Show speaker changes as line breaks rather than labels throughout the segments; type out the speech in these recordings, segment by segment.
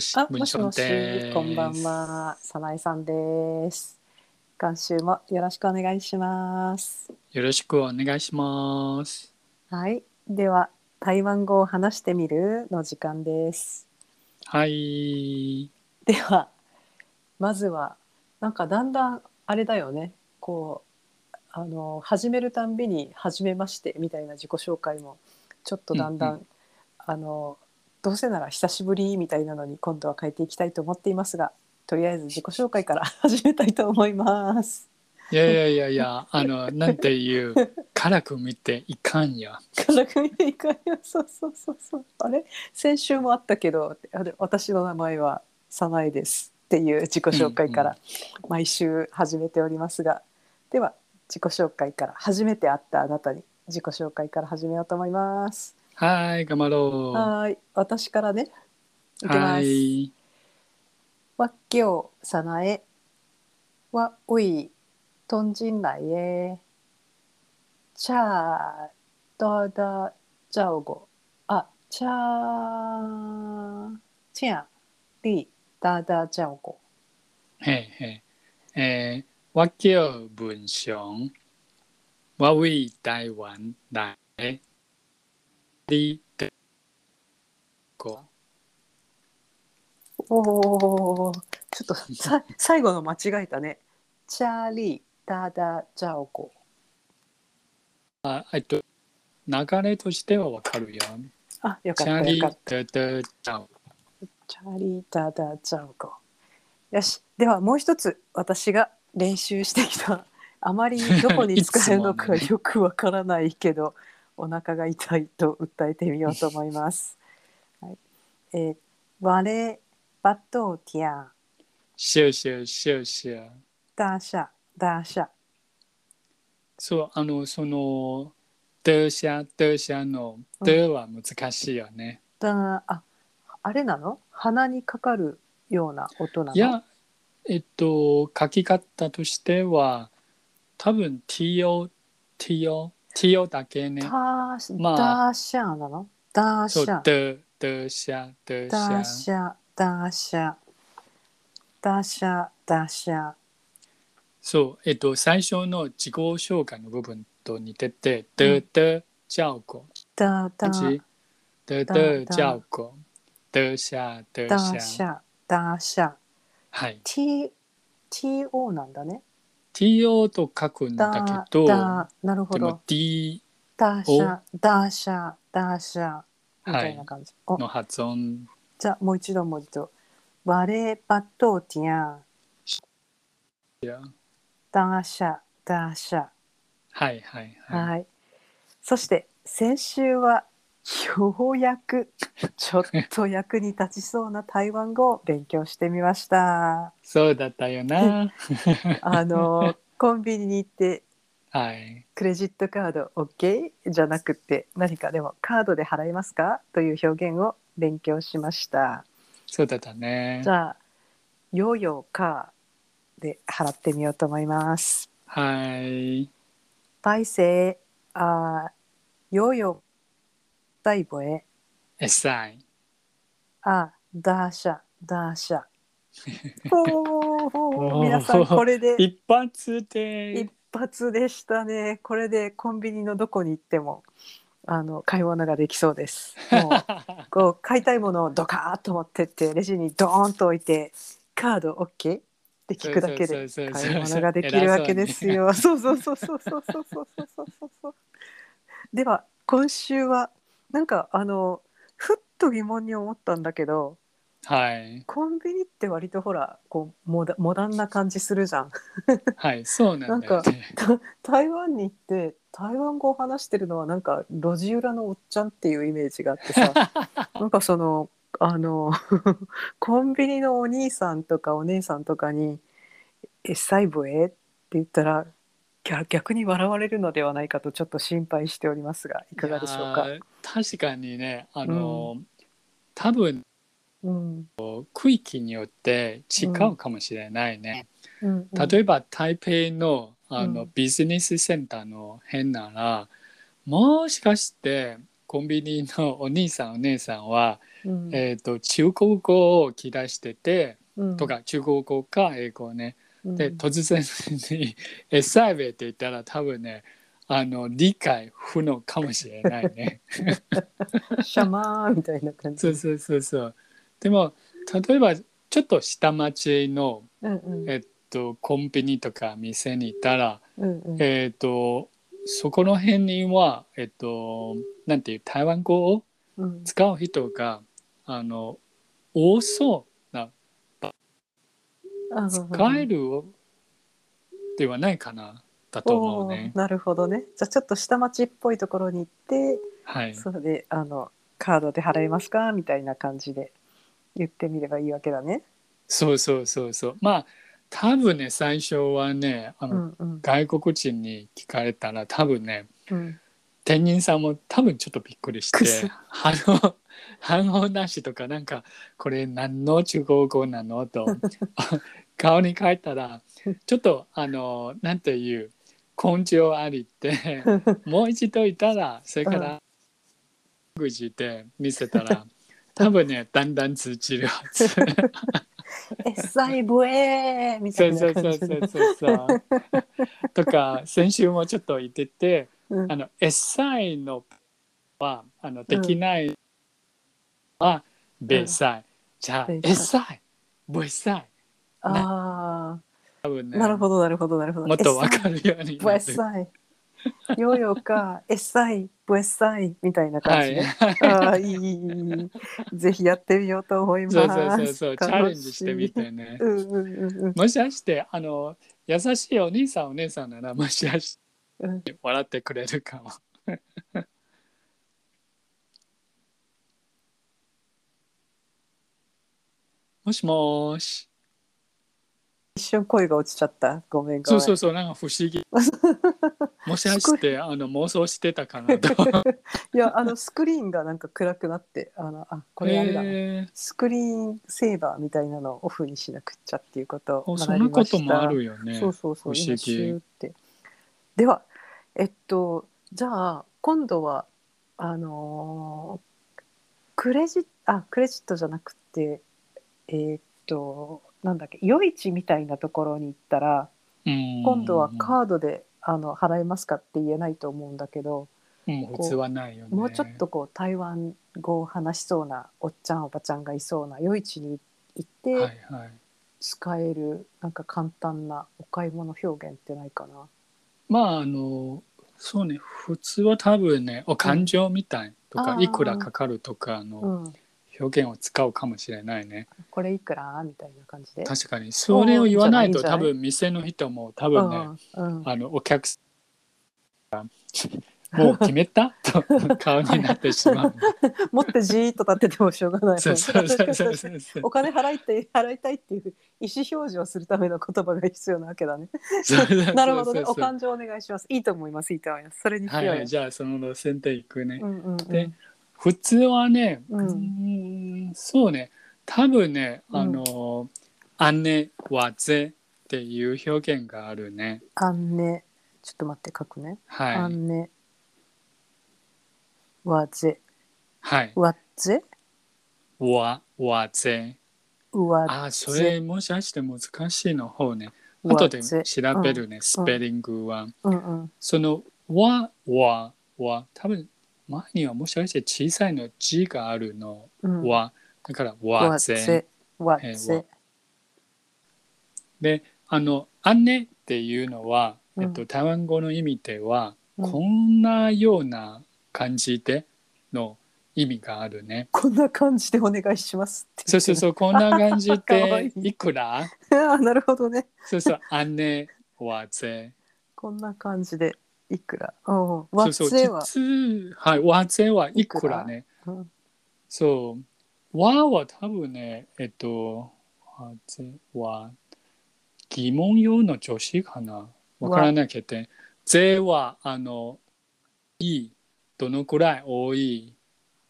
し
あ、
文
もしもし
ちゃです、
こんばん。は、早苗さんです。今週もよろしくお願いします。
よろしくお願いします。
はい、では台湾語を話してみるの時間です。
はい。
では、まずはなんかだんだんあれだよね。こうあの始めるたんびに始めましてみたいな自己紹介もちょっとだんだん、
うん
あのどうせなら久しぶりみたいなのに今度は変えていきたいと思っていますが。とりあえず自己紹介から始めたいと思います。
いやいやいやい や、あの、なんていう、辛く見ていかんや。
からくみでいかよ。そうそうそうそう。あれ先週もあったけど、あれ私の名前はサナエですっていう自己紹介から毎週始めておりますが、では自己紹介から初めて会ったあなたに自己紹介から始めようと思います。
はい、頑張ろ。
はーい、私からね。いうきま
は
す。
い。
わっきょうさなえ。わうい。とんじんないえ。ちゃだだじゃうご。あ、ちゃちゃりだだじゃうご。
嘿嘿，诶，我叫文雄，我为台湾来你的国。
おお、ちょっと さ最後の間違えたね。ちゃりだだじゃうご。
あ、えっと流れとしてはわかるよ。
あ、よか
チ
っ
ャ
た
リ
よかった。
ードちゃん。
チャリダダジャンゴ。よし、ではもう一つ私が練習してきた。 あまりどこに使えるのか
いつもね
よくわからないけど、お腹が痛いと訴えてみようと思 います。はい、えー、我れバトティアン
谢谢谢谢。
ダーシャダーシャ。
そうあのそのでしゃでしゃのでは難しいよね。
だあ、あれなの？鼻にかかるような音なの？
いや、えっと、書き方としては、多分 TO、TO、TO だけね
ダ。ーシ
まあ
ダーシャなの？ダーシ
そ
ャ
う、。で、でしゃ、でし
ダ
ゃ
ー。シャ、ダーシャ、ダーシャ、ダーシャ。
そう、えっと、最初の自己紹介の部分と似てて、で、で、教子。
ダーダ
同
ー
じ。で、
だ
で、
だ
教子。でしゃ、で
ダー
し
シ
ゃ。
ャ、ダーシャ。
はい。
T、TO なんだね。
TO と書くん
ダ
だ
ー
け、ど、
ダー、なるほ
で
ど
も。D
ダーシャ、ダーシャ、ダーシャ。みたいな感じ。お
の発音。
じゃあもう一度もう一度。バレーバトーティアン、
いや
ダーシャ、ダーシャ。
はいはいはい。
はい。そして先週はようや くちょっと役に立ちそうな台湾語を勉強してみました。
そうだったよな。
あのコンビニに行って
はい。
クレジットカード OK じゃなくて何かでもカードで払いますかという表現を勉強しました。
そうだったね
じ。ゃあヨーヨーカーで払ってみようと思います。
はい。
パイセーあーヨーヨーダイボエ
エサイ。
あ、ダーシャ、ダー シャ。お
お
ー
ー
皆さんこれで
一発で
一。発でしたね。これでコンビニのどこに行ってもあの買い物ができそう です。もうこう買いたいものをドカーッと持ってってレジにドーンと置いてカード OK って聞くだけで
そうそうそうそう
買い物ができるわけですよ。そうそうそうそうそうそうそうそうそうそうそう。では今週はなんかあのふっと疑問に思ったんだけど。
はい。
コンビニって割とほらこうモダモダンな感じするじゃん
はい、そうなんだよ
なんか
ね。
台湾に行って台湾語を話してるのはなんか路地裏のおっちゃんっていうイメージがあって さなんかそのあの コンビニのお兄さんとかお姉さんとかに「え細部へ?」って言ったら逆逆に笑われるのではないかとちょっと心配しておりますがいかがでしょうか
い。やー確かにね、あの、多分
うん
区域によって違うかもしれないね。
うんうん
例えば台北のあの、
うん
ビジネスセンターの辺なら、もしかしてコンビニのお兄さんお姉さんは、
うん
えー、と中国語を聞き出してて
うん
とか中国語か英語ね
うん
で突然に 「エサイベ」って言ったら多分ねあの理解不能かもしれないね。
シャマーみたいな感じ。
そうそうそうそうでも例えばちょっと下町の、
うんうん
えっと、コンビニとか店に行ったら、
うんうん
えっとそこの辺には、えっと、なんていう台湾語を
うん
使う人があの多そうな
あ
使えるではないかなだと思うね
おー。なるほどね。じゃあちょっと下町っぽいところに行って、
はい、
それであのカードで払えますかみたいな感じで言ってみればいいわけだね。
そうそうそうそうまあ多分ね最初はねあ
う
の、
んうん
外国人に聞かれたら多分ね
うん。
店員さんも多分ちょっとびっくりし
くそ
て反応 反応なしとかなんかこれ何の中国語なのと 顔に書いたらちょっとあのなんていう根性あり ってもう一度いたらそれか
う
らぐじで見せたら多分ねだんだん通じるは ず
エッサイブエーみた
そ
いう
そ
な
うそう
感じ
そ
で。
うそうそうとか先週もちょっと言ってて
うん
あの S サインのはあのできないは、ベサイ、じゃあ
米債
S サイ V サイ
あ
多分
あ、
ね
なるほどなるほどなるほど。
もっとわかるように
ブ
な
エ
る
ッサイ。ヨーヨーか、エッサイ、ブエッサイみたいな感
は
じ
い
ね。ああ、いい、いいいい、ぜひやってみようと思います。
そうそうそうそうチャレンジしてみ
楽
てね
しい。うんうんうんうん。
もしかしてあの優しいお兄さんお姉さんならもしかして
うん
笑ってくれるかも。 もしもーし。
一瞬声が落ちちゃった。ごめんご
そ
め。
うんそうそうなんか不思 議。もしかしてあの妄想してたかな と。
いや、あのスクリーンがなんか暗くなって、あの、あ、これあれだな。
えー
スクリーンセーバーみたいなのをオフにしなくっちゃっていうことを
お
学
そ
び
んな
ま
こ
した。
ともあるよね。
そうそうそう。
不思議
今シューって。では、えっと、じゃあ、今度は、あのークレジット、あ、クレジットじゃなくて、えーっと、なんだっけ、夜市みたいなところに行ったら、
うん
今度はカードで、あの、払えますかって言えないと思うんだけど、
うん普通はないよね。
もうちょっとこう、台湾語を話しそうなおっちゃん、おばちゃんがいそうな夜市に行って、
はいはい。
使える、なんか簡単なお買い物表現ってないかな。
まああのそうね普通は多分ねお感情みたいと
あ
か
ー
いくらかかるとか
う
の
ん。
表現を使うかもしれないね。
これいくらみたいな感じで。
確かにそれを言わない
いいん
と
じゃな
多
い
分店の人も多分ね
うんうん
あのお客さんがもう決めたと顔になってしまう。
持ってじーっと立っててもしょうがない。
そうそうそうそうそうそう
お金払いって払いたいっていう意思表示をするための言葉が必要なわけだね。
そうそうそう
なるほどね。
そう
お
そう
勘定お願いします。いいと思います。いいと思います。それにしよ
は
う
い
よ。
はいじゃあその路線で行くね。
うんうんうん
で普通はね、
うん
うーんそうね多分ね
うん
あの、姉はぜっていう表現があるね
あんね。ちょっと待って書くね。あ
はい
んね。わぜ。
はい
わぜ。
わわぜ
うわ。
あそれもしかして難しいの方ね
わ
後で
ぜ
調べるね、スペリングは、
うんうん。
そのわわわ多分前にはもしかして小さいの字があるの
うん。
は、だから
わ
わぜ
ぜ。わ
えーわ
ぜ。
であの姉っていうのは、
うん
えっと、台湾語の意味では、
うん
こんなような感じでの意味があるね。
こんな感じでお願いしますって。
そう そうそう、こんな感じ
かわい
で
い
いくら
ああ、なるほどね。
そうそう、姉はぜ。
こんな感じでいくら。うん。
そ
和
うそう、
製は。
実はい、和ぜはいくらね。
うん
そう、和は多分ね、えっと、和ぜは疑問用の助詞かな。わからなきゃいけない。ぜは、あの、いい、どのくらい多い。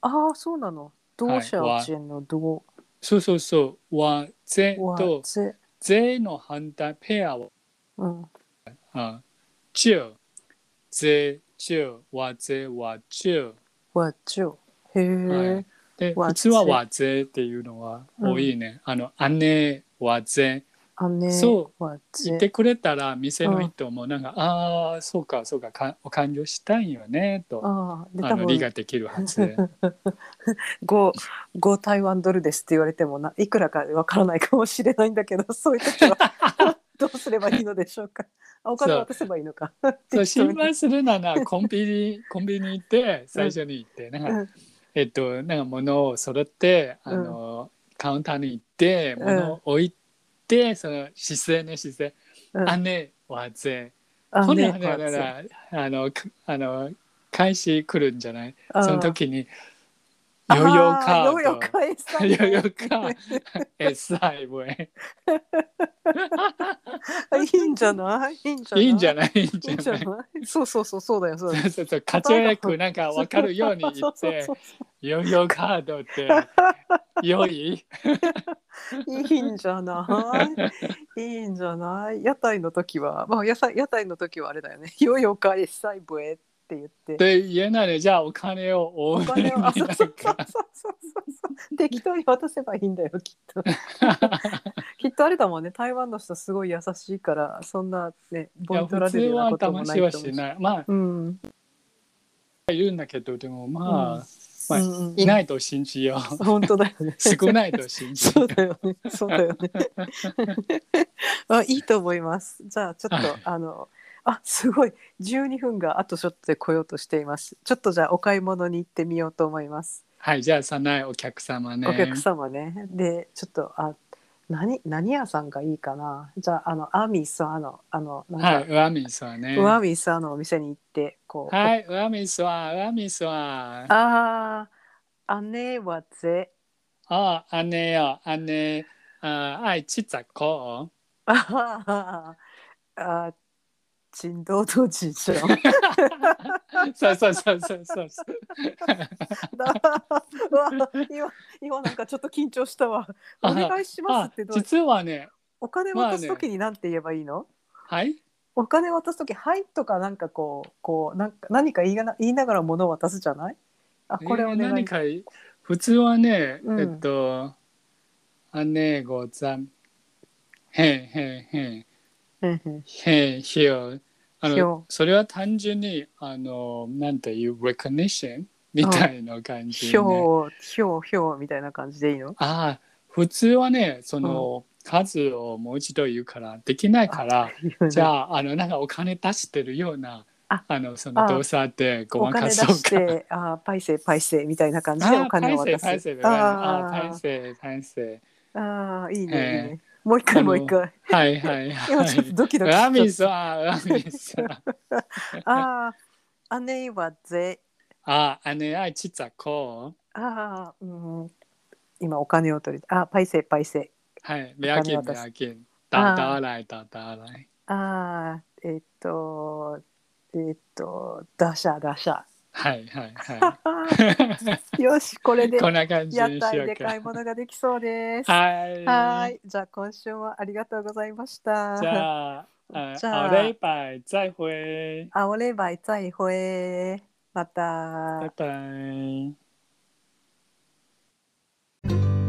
ああ、そうなの。同社
はいわ
チェンの同。
そうそうそう、和ぜ
和
と、
製。
税の反対ペアは、
うん。
あ、旧、税、旧、和税は旧。
わっちょ。へえ、
はいで、
わ
普通は和ぜっていうのは多いね。あの、姉、和ぜ。
あね。。
そう
わっち
言ってくれたら、店の人もなんか、ああ、そうか、そうかか、お勘定したいよね、と。
ああ、で、
あ
多
の、理
分
ができるは ず。
五五台湾ドルですって言われてもな、いくらかわからないかもしれないんだけど、 そういう時は どうすればいいのでしょうか。 あお金渡せばいいのか。
そう
適当に
心配するならコンビ ニコンビニ行って最初に行ってなんか、
うん
えっとなんか物を揃ってあの、カウンターに行って
うん
物を置いて、その姿勢ね姿勢、
うん
あねわぜ
あ
ほんな
ね
らだか
わっち
らあのくあの返し来るんじゃない
あー
その時に
あ
ヨ
ー
ーヨーカ
ヨーヨ
ード
ーカーエサ
ヨ ーヨーカー SI もえ
いいんじゃないいいんじゃない
いいんじゃ
な
ないいいん
いい
じゃ
んじゃ
ない
ないそうそうそうそうだよそうだ よ
そうそうそう活躍なんか分かるように言
そう
っ
そう
て
そう
ヨーヨーカード って良い
いいんじゃないいいんじゃない屋台の時は、まあ、屋台屋台の時はあれだよね「 よよかえさいぶえ」って言って。
で家ならじゃあお金を多
お
めに
金を
な
あ
ん
そうそうそう
か
そうそうそう適当に渡せばいいんだよきっと きっとあれだもんね台湾の人すごい優しいからそんなね
い
ボ
や
ン取
普
ら
通
れるような
は
ことも
騙し
ないと思う
はしないま
うん
あいるんだけどでもまあ、
う
まあ
んうん
いないと信じよう
本当だよね
少ないと信じ
そ
よ
うだよね。そうだよね。 あ、いいと思います。じゃあ、ちょっと、
はい
あの。あ、すごい。12分があとちょっとで来ようとしています。ちょっとじゃあ、お買い物に行ってみようと思います。
はいじゃあさないお客様ね
お客様ね。で、ちょっと、あ。何、何屋さんがいいかな。じゃあ、あの、アーミースアの、あの、なんか。
はいウアミスはね
ウアーミースアのお店に行って、こう。
はいウアミスはウアミスは
ああ。姉はぜ。
ああ姉よ姉ああいちざこ
ああ。あ。人道とじいちゃん。
そうそうそうそうそう
だうわ今今なんかちょっと緊張したわ。 お願いします
あ
ってどう
実はね
お金渡すときになんて言えばいいの、
はい
お金渡すとき「はい」とかなんかこうこうなんか何か言いがな言いながら物を渡すじゃないあこれ
え
お
ー
願い、
何かい普通はね、
うん
えっと「あねござんへんへんへん
うんうん
へんひよ」あ
ひよ
のそれは単純にあのなんていう recognition みたいな感じ、
ひ
ね、
ょうひょうひょうみたいな感じでいいの
ああ普通はねその、数をもう一度言うからできないからじゃああのなんかお金出してるような
あ
あのその動作でご
お
ま
金
か
出
そう
し
か。
てあーパイセイパイセイみたいな感じで
あ
お
あ、
金を
パイセイ、
渡す
パイセイ、ああ、パイ
あ
セイ、パイセ
ーあーいいねいい
ええ
ねもう一回もう一回
イ。はいはいはい。
今ちょっとドキドキしちゃ
ラ
っ
ミ
た
さん、ラミさん。
ああ姉はぜ
あ、あね、あいちざこ。
ああ、うん。今お金を取り、あ、パイセイパイセ
はい、メアキン、メアキン。だだらい、だだらい。
イ。ああ、えっと、えっと、ダシャダシャ。
はいはいは
あーよし、これで
い。 こんな感じ
屋
にしよ
台
う
で買い
か。
物ができそうです。
はい。
はー。い、じゃあ今週もありがとうございま した。
じゃあ、あ
じゃあ
あれバイ、再会。
あおればい再会。また
バイ。バイ。